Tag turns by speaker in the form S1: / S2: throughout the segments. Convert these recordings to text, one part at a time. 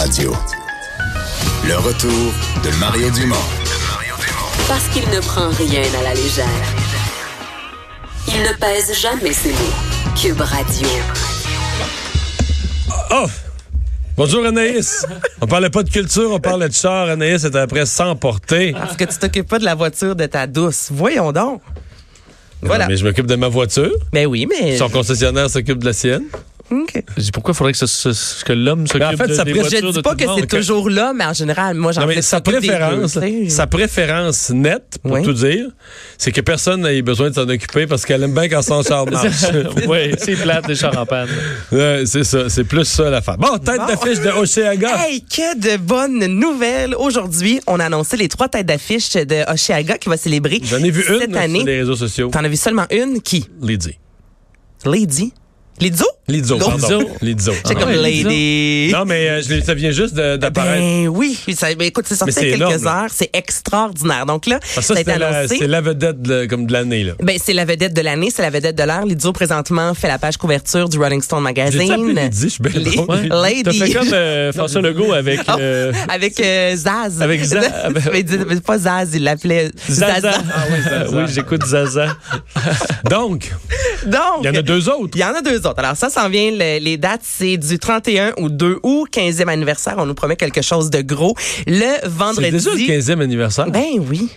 S1: Radio. Le retour de Mario Dumont.
S2: Parce qu'il ne prend rien à la légère. Il ne pèse jamais ses mots. Cube Radio.
S3: Oh! Bonjour Anaïs. On parlait pas de culture, on parlait de char. Anaïs était après s'emporter.
S4: Parce que tu t'occupes pas de la voiture de ta douce. Voyons donc. Voilà.
S3: Non, Mais je m'occupe de ma voiture.
S4: Ben oui, mais.
S3: Son concessionnaire s'occupe de la sienne.
S4: OK.
S5: Je dis, pourquoi faudrait que, ce- ce- ce- que l'homme s'occupe
S3: Mais en fait,
S5: de-
S3: ça
S5: des
S3: pourrait-
S5: voitures
S4: Je
S5: de
S4: dis pas
S5: tout le
S4: que
S5: monde?
S4: c'est toujours là, mais en général, moi, j'en
S3: Non, mais
S4: fais
S3: sa
S4: toutes les
S3: préférence,
S4: deux, tu sais.
S3: sa préférence nette, pour
S4: Oui.
S3: tout dire, c'est que personne n'ait besoin de s'en occuper parce qu'elle aime bien quand son char marche.
S5: oui, c'est plate, des chars en panne.
S3: Ouais, c'est ça, c'est plus ça l'affaire. Bon, tête
S4: Bon.
S3: d'affiche de Oceaga.
S4: Hey, que de bonnes nouvelles! Aujourd'hui, on a annoncé les trois têtes d'affiche de Oshiaga qui va célébrer
S3: J'en ai vu
S4: cette
S3: une sur les
S4: année.
S3: réseaux sociaux.
S4: T'en as vu seulement une? Qui?
S3: Lady.
S4: Lady? Lizzo?
S3: Lidzo,
S4: Lizzo.
S3: pardon. Lidzo.
S4: C'est comme
S5: ouais,
S4: Lady.
S3: Ah Non, mais euh, je l'ai- ça vient juste de- d'apparaître.
S4: Ben oui, ça, ben écoute, c'est sorti
S3: Mais
S4: il y a
S3: c'est
S4: quelques
S3: énorme, là.
S4: heures, c'est extraordinaire. Donc là,
S3: Ah, ça,
S4: a été
S3: c'était la,
S4: annoncé.
S3: c'était la vedette de- comme de l'année. là.
S4: Ben, c'est la vedette de l'année, c'est la vedette de l'heure. Lizzo, présentement, fait la page couverture du Rolling Stone
S3: J'ai-tu appelé
S4: Magazine.
S3: Lydie? Je suis bien
S4: Les-
S3: drôle.
S4: Lady.
S5: T'as fait comme euh, François Legault avec... euh,
S4: Ah, Avec euh, Zaz.
S5: Avec Zaz.
S4: mais, dis- mais pas Zaz, il l'appelait
S5: Zaza. Ah
S4: Zaza.
S5: oui, j'écoute Zaza.
S3: Donc,
S4: Donc,
S3: il y en a deux autres.
S4: Il y en a deux autres. Alors ça, s'en vient. le- les dates, c'est du 31 au 2 août, 15e anniversaire. On nous promet quelque chose de gros. Le vendredi.
S3: C'est déjà le 15e anniversaire. Ben,
S4: Ben oui.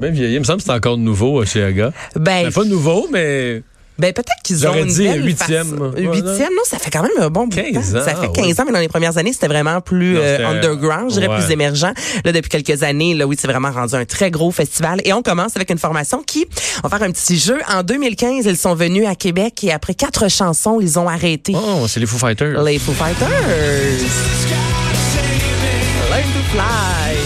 S3: vieilli. Il me semble que c'est encore nouveau euh, chez Aga.
S4: Ben,
S3: Ben, pas nouveau, mais
S4: ben peut-être qu'ils ont
S3: J'aurais
S4: une
S3: dit
S4: belle
S3: huitième.
S4: façon-
S3: Voilà.
S4: Huitième, non, ça fait quand même un bon bout de
S3: 15
S4: temps. Ça
S3: ans,
S4: fait 15
S3: oui.
S4: ans, mais dans les premières années, c'était vraiment plus
S3: Non,
S4: euh,
S3: c'était-
S4: underground, je dirais
S3: ouais.
S4: plus émergent. Là, depuis quelques années, là, oui, c'est vraiment rendu un très gros festival. Et on commence avec une formation qui, on va faire un petit jeu. En 2015, ils sont venus à Québec et après quatre chansons, ils ont arrêté.
S5: Oh, c'est les Foo Fighters.
S4: Les Foo Fighters. Learn to fly.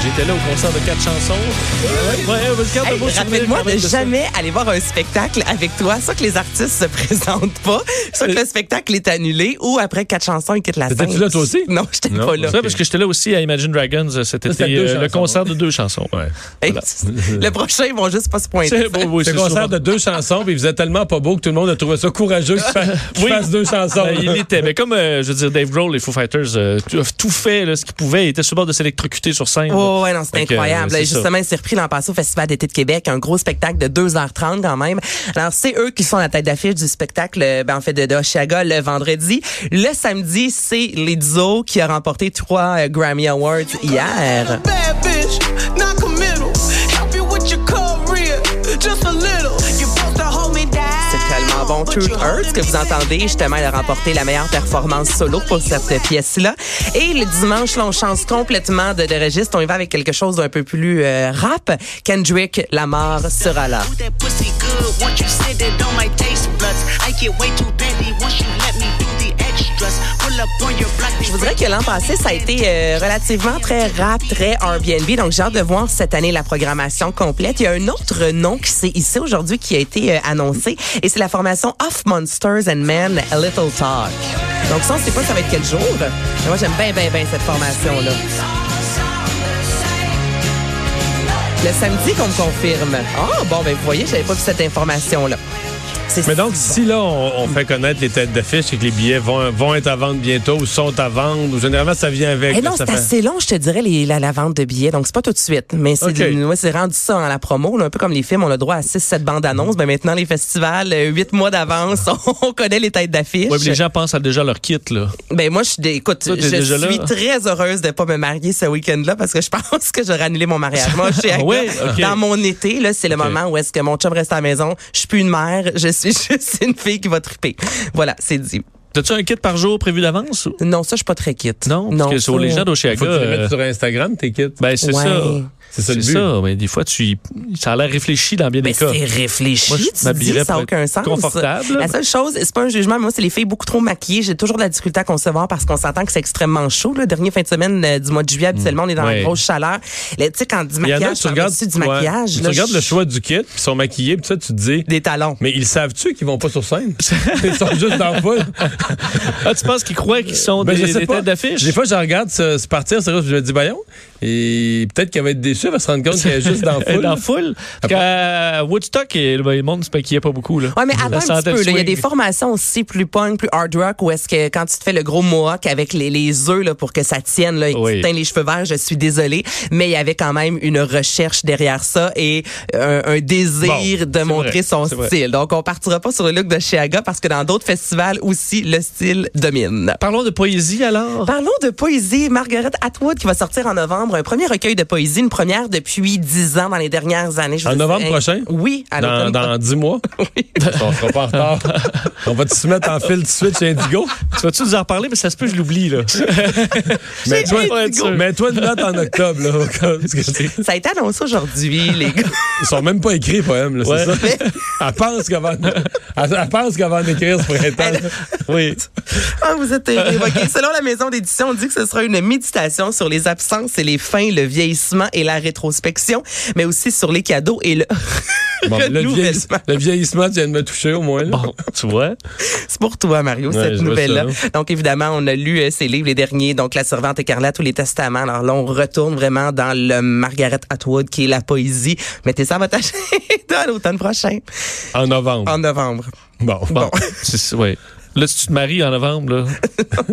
S5: J'étais là au concert de quatre chansons. Ouais, ouais, ouais, garde de
S4: Hey,
S5: beaux souvenirs
S4: Rappelle-moi
S5: quand même
S4: de
S5: ça.
S4: jamais aller voir un spectacle avec toi, soit que les artistes se présentent pas, soit que le spectacle est annulé ou après quatre chansons, ils quittent la scène.
S3: T'étais-tu là, toi aussi?
S4: Non, j'étais
S3: Non,
S4: pas
S5: C'est
S4: là.
S5: vrai, parce que j'étais là aussi à Imagine Dragons euh, cet
S3: c'était
S5: été,
S3: deux
S5: euh, le
S3: chansons.
S5: concert de deux chansons.
S3: ouais.
S4: Hey, Le prochain, ils vont juste pas se pointer.
S5: C'est- oui,
S3: c'est un
S5: c'est
S3: concert
S5: souvent-
S3: de deux chansons, puis vous êtes tellement pas beau que tout le monde a trouvé ça courageux qu'il fa- qu'il
S5: Oui.
S3: fasse deux chansons.
S5: Ben, il était. Mais comme, euh, je veux dire, Dave Grohl, les Foo Fighters, euh, tout, tout fait là, ce qu'ils pouvaient. Ils étaient sur le bord de s'électrocuter sur scène.
S4: Oh, ouais, non, c'est
S5: Fait que,
S4: incroyable.
S5: euh, c'est
S4: Justement, il s'est repris l'an passé au Festival d'été de Québec, un gros spectacle de 2h30 quand même. Alors, c'est eux qui sont à la tête d'affiche du spectacle, euh, ben, en fait, de, de Oshiaga le vendredi. Le samedi, c'est Lizzo qui a remporté trois euh, Grammy Awards hier.
S6: bad bitch, not committal. Help you with your career, just a little. You supposed to hold me down.
S4: C'est tellement bon. Truth Earth que vous entendez, justement, elle a remporté la meilleure performance solo pour cette pièce-là. Et le dimanche, là, on change complètement de, de registre. On y va avec quelque chose d'un peu plus euh, rap. Kendrick Lamar sera là.
S7: That pussy good. Once you said that on my taste buds, I get way too badly once you let me do the extras. Pull up on your block.
S4: Je vous dirais que l'an passé, ça a été euh, relativement très rap, très Airbnb. Donc, j'ai hâte de voir cette année la programmation complète. Il y a un autre nom qui s'est ici aujourd'hui qui a été euh, annoncé et c'est la formation Off Monsters and Men, A Little Talk. Donc, ça, on sait pas ça va être quel jour. Mais moi, j'aime bien, bien, bien cette formation-là. Le samedi qu'on me confirme. Ah, bon, ben, vous voyez, j'avais pas vu cette information-là. C'est
S3: Mais donc, si là, on, on fait connaître les têtes d'affiche et que les billets vont, vont être à vendre bientôt ou sont à vendre, ou généralement, ça vient avec.
S4: Eh
S3: là,
S4: non,
S3: ça
S4: c'est
S3: fait-
S4: assez long, je te dirais, les- la, la vente de billets. Donc, c'est pas tout de suite. Mais c'est
S3: OK.
S4: ouais, c'est rendu ça dans la promo. là, un peu comme les films, on a droit à 6-7 bandes annonces. Mais maintenant, les festivals, 8 mois d'avance, on connaît les têtes d'affiche.
S5: Ouais, mais les gens pensent à déjà leur kit, là.
S4: Ben, moi, je suis, des- écoute,
S5: Toi, t'es
S4: je
S5: déjà là?
S4: suis très heureuse de pas me marier ce week-end-là parce que je pense que j'aurais annulé mon mariage. Moi, je suis
S5: Ah ouais? OK.
S4: dans mon été, là, c'est le
S5: OK.
S4: moment où est-ce que mon chum reste à la maison. Je suis plus une mère. Je suis juste une fille qui va triper. Voilà, c'est dit.
S5: T'as-tu un kit par jour prévu d'avance? ou-
S4: Non, ça, je suis pas très quitte.
S5: Non, parce que sur les gens
S3: Faut
S5: d'Oceaga.
S3: que tu les
S5: euh,
S3: mettes sur Instagram, tes kits.
S5: Ben, c'est
S4: Ouais.
S5: ça.
S3: C'est ça le but.
S5: ça, mais des fois, tu y- ça a l'air réfléchi dans bien
S4: Mais
S5: des cas.
S4: Ben, c'est réfléchi,
S5: Moi, je
S4: tu dis,
S5: m'habillerais
S4: ça n'a
S5: pour
S4: aucun
S5: être
S4: sens.
S5: confortable.
S4: La seule chose, c'est pas un jugement, moi, c'est les filles beaucoup trop maquillées. J'ai toujours de la difficulté à concevoir parce qu'on s'entend que c'est extrêmement chaud. Là. Dernier fin de semaine euh, du mois de juillet, habituellement, on est dans
S5: Ouais.
S4: la grosse chaleur. Là, Tu sais, quand du
S3: Mm. Il y en a,
S4: maquillage,
S3: tu
S4: par
S3: regardes,
S4: dessus du
S3: ouais.
S4: maquillage.
S3: tu
S4: là,
S3: regardes
S4: je-
S3: le choix du kit, puis ils sont maquillés, puis ça, tu te dis.
S4: Des talons.
S3: Mais ils savent-tu qu'ils vont pas sur scène? ils sont juste dans le vol.
S5: Ah, tu penses qu'ils croient qu'ils sont
S3: Ben,
S5: des,
S3: je sais
S5: des
S3: pas.
S5: têtes d'affiche?
S3: Des fois, je regarde se, se partir, c'est vrai, je me dis, bayon, et peut-être qu'elle va être déçue déçue, elle va se rendre compte qu'elle est juste dans la
S5: Elle est
S3: foule.
S5: dans la foule. Parce qu'à Woodstock, il, ben, le monde se qu'il n'y a pas beaucoup. Là.
S4: Ouais, mais
S5: La
S4: attends un
S5: santé
S4: petit peu. là. Il y a
S5: swing.
S4: des formations aussi plus punk, plus hard rock, où est-ce que quand tu te fais le gros mohawk avec les, les œufs là, pour que ça tienne là, et que
S5: Oui.
S4: tu teins les cheveux verts, je suis désolée, mais il y avait quand même une recherche derrière ça et euh, un, désir
S5: Bon,
S4: de
S5: c'est
S4: montrer
S5: vrai,
S4: son
S5: c'est vrai.
S4: style. Donc, on partira pas sur le look de Chiaga parce que dans d'autres festivals aussi, le style domine.
S5: Parlons de poésie alors.
S4: Parlons de poésie. Margaret Atwood qui va sortir en novembre un premier recueil de poésie, une première depuis dix ans dans les dernières années. Je
S3: En
S4: vous dis-
S3: novembre
S4: hey,
S3: prochain?
S4: Oui, à
S3: Dans,
S4: l'automne prochain.
S3: dans 10 mois. On sera pas en
S4: Ah.
S3: retard. On va te mettre en fil de suite chez Indigo.
S5: Tu vas-tu nous en reparler? Mais ça se peut, que je l'oublie. là.
S3: Mets-toi
S5: Indigo.
S3: mets-toi une note en octobre. Là, au cas où, parce que c'est-
S4: Ça a été annoncé aujourd'hui, les gars.
S3: ils sont même pas écrits, les poèmes. là,
S5: Ouais.
S3: C'est ça? Elle pense qu'elle va, en- elle, elle pense qu'elle va en écrire ce printemps. là.
S5: Oui.
S4: Ah, vous êtes terrible. OK. Selon la maison d'édition, on dit que ce sera une méditation sur les absences et les fins, le vieillissement et la rétrospection, mais aussi sur les cadeaux et le.
S3: Bon, le,
S4: renouvellement.
S3: vieillis- le vieillissement, tu viens de me toucher au moins. là.
S5: Bon, tu vois.
S4: C'est pour toi, Mario,
S3: Ouais,
S4: cette
S3: je vois
S4: nouvelle-là.
S3: ça. hein.
S4: Donc, évidemment, on a lu euh, ses livres, les derniers, donc La Servante écarlate ou Les Testaments. Alors là, on retourne vraiment dans le Margaret Atwood, qui est la poésie. Mettez ça à votre agenda l'automne prochain,
S3: En novembre.
S4: en novembre.
S3: Ah, Bon.
S5: Bon. c'est- ouais. Là, si tu te maries en novembre, là,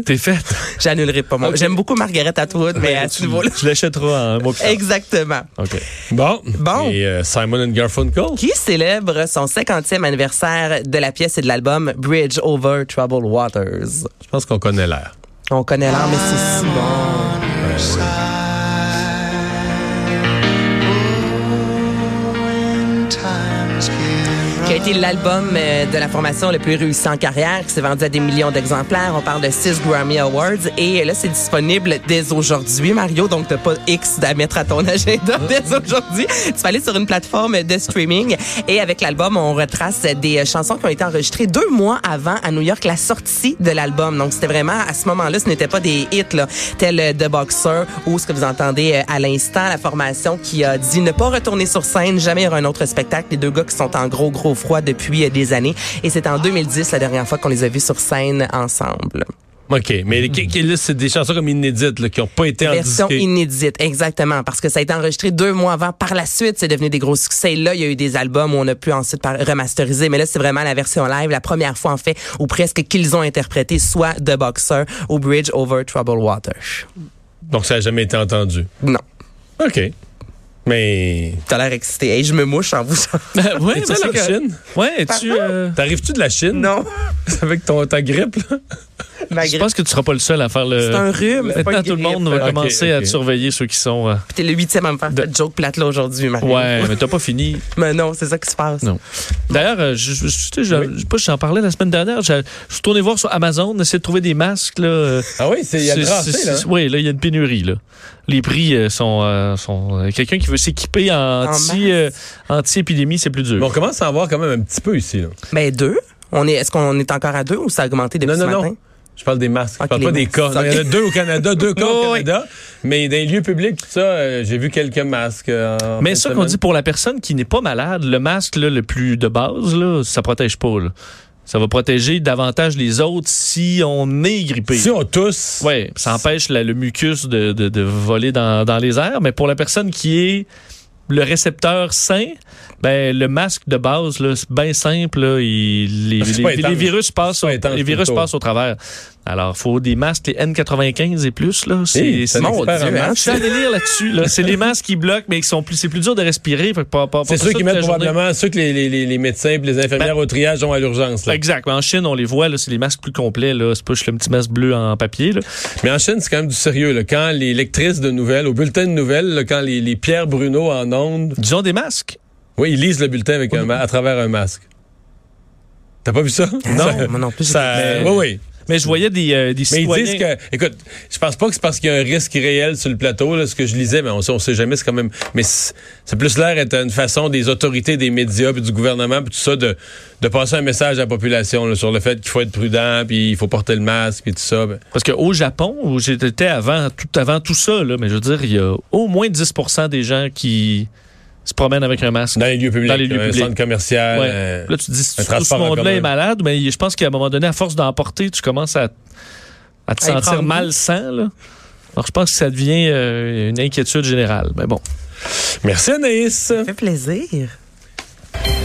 S5: t'es faite.
S4: J'annulerai pas moi. J'aime beaucoup Margaret Atwood, mais à ce niveau-là.
S5: Tu l'achèteras hein, en un mois plus tard.
S4: Exactement.
S5: OK.
S3: Bon.
S4: Bon.
S3: Et euh, Simon and Garfunkel.
S4: qui célèbre son 50e anniversaire de la pièce et de l'album Bridge Over Troubled Waters.
S3: Je pense qu'on connaît l'air.
S4: On connaît l'art, mais c'est si bon. Qui a été l'album euh, de la formation le plus réussi en carrière, qui s'est vendu à des millions d'exemplaires. On parle de 6 Grammy Awards. Et euh, là, c'est disponible dès aujourd'hui, Mario. Donc, t'as pas X à mettre à ton agenda dès aujourd'hui. Tu vas aller sur une plateforme de streaming. Et avec l'album, on retrace des euh, chansons qui ont été enregistrées deux mois avant à New York, la sortie de l'album. Donc, c'était vraiment, à ce moment-là, ce n'était pas des hits, là, tels euh, The Boxer ou ce que vous entendez euh, à l'instant, la formation qui a dit ne pas retourner sur scène, jamais il y aura un autre spectacle. Les deux gars qui sont en gros, gros froid depuis euh, des années. Et c'est en 2010, la dernière fois qu'on les a vus sur scène ensemble.
S3: OK. Mais les- qui- qui- là, c'est des chansons comme inédites là, qui n'ont pas été
S4: Version
S3: enregistrées.
S4: inédite, exactement, parce que ça a été enregistré deux mois avant. Par la suite, c'est devenu des gros succès. Et Là, il y a eu des albums où on a pu ensuite par- remasteriser, mais là, c'est vraiment la version live, la première fois en fait, ou presque qu'ils ont interprété soit The Boxer ou Bridge Over Troubled Water.
S3: Donc, ça n'a jamais été entendu.
S4: Non,
S3: OK. Mais.
S4: t'as l'air excité. Hey, je me mouche en vous.
S5: ouais,
S3: T'es-tu allé en Chine?
S5: Ouais, es-tu. euh,
S3: T'arrives-tu de la Chine?
S4: non,
S3: Avec ton, ta grippe, là?
S5: Je pense que tu seras pas le seul à faire le.
S4: C'est un rhume, c'est pas
S5: Maintenant,
S4: une
S5: tout le
S4: grippe.
S5: monde va
S3: Ok,
S5: commencer à
S3: ok.
S5: te surveiller ceux qui sont. euh,
S4: T'es le huitième à me faire
S5: De-
S4: cette joke plate là aujourd'hui, Marie.
S5: Ouais, mais t'as pas fini.
S4: Mais non, c'est ça qui se passe.
S5: Non. D'ailleurs, euh, je, je, je- tu sais, je- je sais pas, j'en parlais la semaine dernière. Je, je suis tourné voir sur Amazon, essayer de trouver des masques. Là, euh,
S3: Ah oui, c'est- il y a hein? le
S5: c'est-
S3: tracé,
S5: c'est-
S3: là.
S5: c'est- Oui, là, il y a une pénurie. Là. Les prix euh, sont. euh, sont euh, Quelqu'un qui veut s'équiper en
S4: masque.
S5: anti, euh, anti-épidémie, c'est plus dur.
S3: Mais on commence à en voir quand même un petit peu ici, là.
S4: Mais Ben, deux. On est, est-ce qu'on est encore à deux ou ça a augmenté depuis
S3: Non, non,
S4: ce matin?
S3: non. Je parle des masques.
S4: Ok,
S3: je parle pas
S4: les
S3: des
S4: masques.
S3: cas. Non, Il y en a
S4: Ok.
S3: deux au Canada, deux cas au
S5: Oui.
S3: Canada. Mais dans les lieux publics, tout ça, euh, j'ai vu quelques masques. euh, en
S5: Mais
S3: fin
S5: ça
S3: de
S5: qu'on
S3: semaine.
S5: dit pour la personne qui n'est pas malade, le masque là, le plus de base, là, ça protège pas. là. Ça va protéger davantage les autres si on est grippé.
S3: Si on tousse.
S5: Oui, ça empêche la- le mucus de, de- de voler dans, dans les airs. Mais pour la personne qui est le récepteur sain, ben, le masque de base, là, c'est bien simple. là, il- les,
S3: C'est
S5: les-
S3: pas étanche.
S5: les virus, passent
S3: C'est
S5: au,
S3: pas étanche,
S5: les virus
S3: plutôt.
S5: passent au travers. Alors, il faut des masques, les N95 et plus. Là, c'est,
S3: Hey,
S5: c'est-
S3: t'as un
S5: mon
S3: expert en
S5: Dieu, hein,
S3: masques.
S5: Je suis allé lire là-dessus. Là. C'est les masques qui bloquent, mais qui sont plus, c'est plus dur de respirer. Fait que pas- pas-
S3: C'est
S5: pas
S3: ceux
S5: ça
S3: qui
S5: toute
S3: mettent
S5: la journée.
S3: probablement ceux que les, les- les- les médecins et les infirmières au triage ont à l'urgence. là.
S5: Exact. Mais en Chine, on les voit, là, c'est les masques plus complets. Là. C'est pas juste le petit masque bleu en papier. Là.
S3: Mais en Chine, c'est quand même du sérieux. Là. Quand les lectrices de nouvelles, au bulletin de nouvelles, là, quand les, les Pierre Bruno en ondes,
S5: Disons des masques.
S3: oui, ils lisent le bulletin avec un ma- à travers un masque. T'as pas vu ça?
S4: Non, moi non plus, j'ai
S3: Ça-
S5: pas vu.
S3: oui, oui.
S5: Mais je voyais des, euh, des
S3: Euh, Mais ils
S5: citoyens...
S3: disent que, écoute, je pense pas que c'est parce qu'il y a un risque réel sur le plateau, là, ce que je lisais, mais on, sait- on sait jamais, c'est quand même, mais c'est c'est plus l'air être une façon des autorités, des médias, puis du gouvernement, puis tout ça, de, de passer un message à la population, là, sur le fait qu'il faut être prudent, puis il faut porter le masque, puis tout ça. ben.
S5: Parce qu'au Japon, où j'étais avant tout, avant tout ça, là, mais je veux dire, il y a au moins 10 des gens qui se promènent avec un masque.
S3: dans les lieux publics,
S5: Dans les lieux
S3: un
S5: publics.
S3: centre commercial.
S5: Ouais.
S3: euh,
S5: Là, tu te dis, si
S3: un
S5: tout ce
S3: transport en
S5: monde-là
S3: commun.
S5: est malade, mais je pense qu'à un moment donné, à force d'emporter, tu commences à, à te
S4: À y prendre
S5: sentir
S4: goût.
S5: malsain. Là. Alors, je pense que ça devient euh, une inquiétude générale. Mais bon.
S3: Merci Anaïs.
S4: Ça fait plaisir.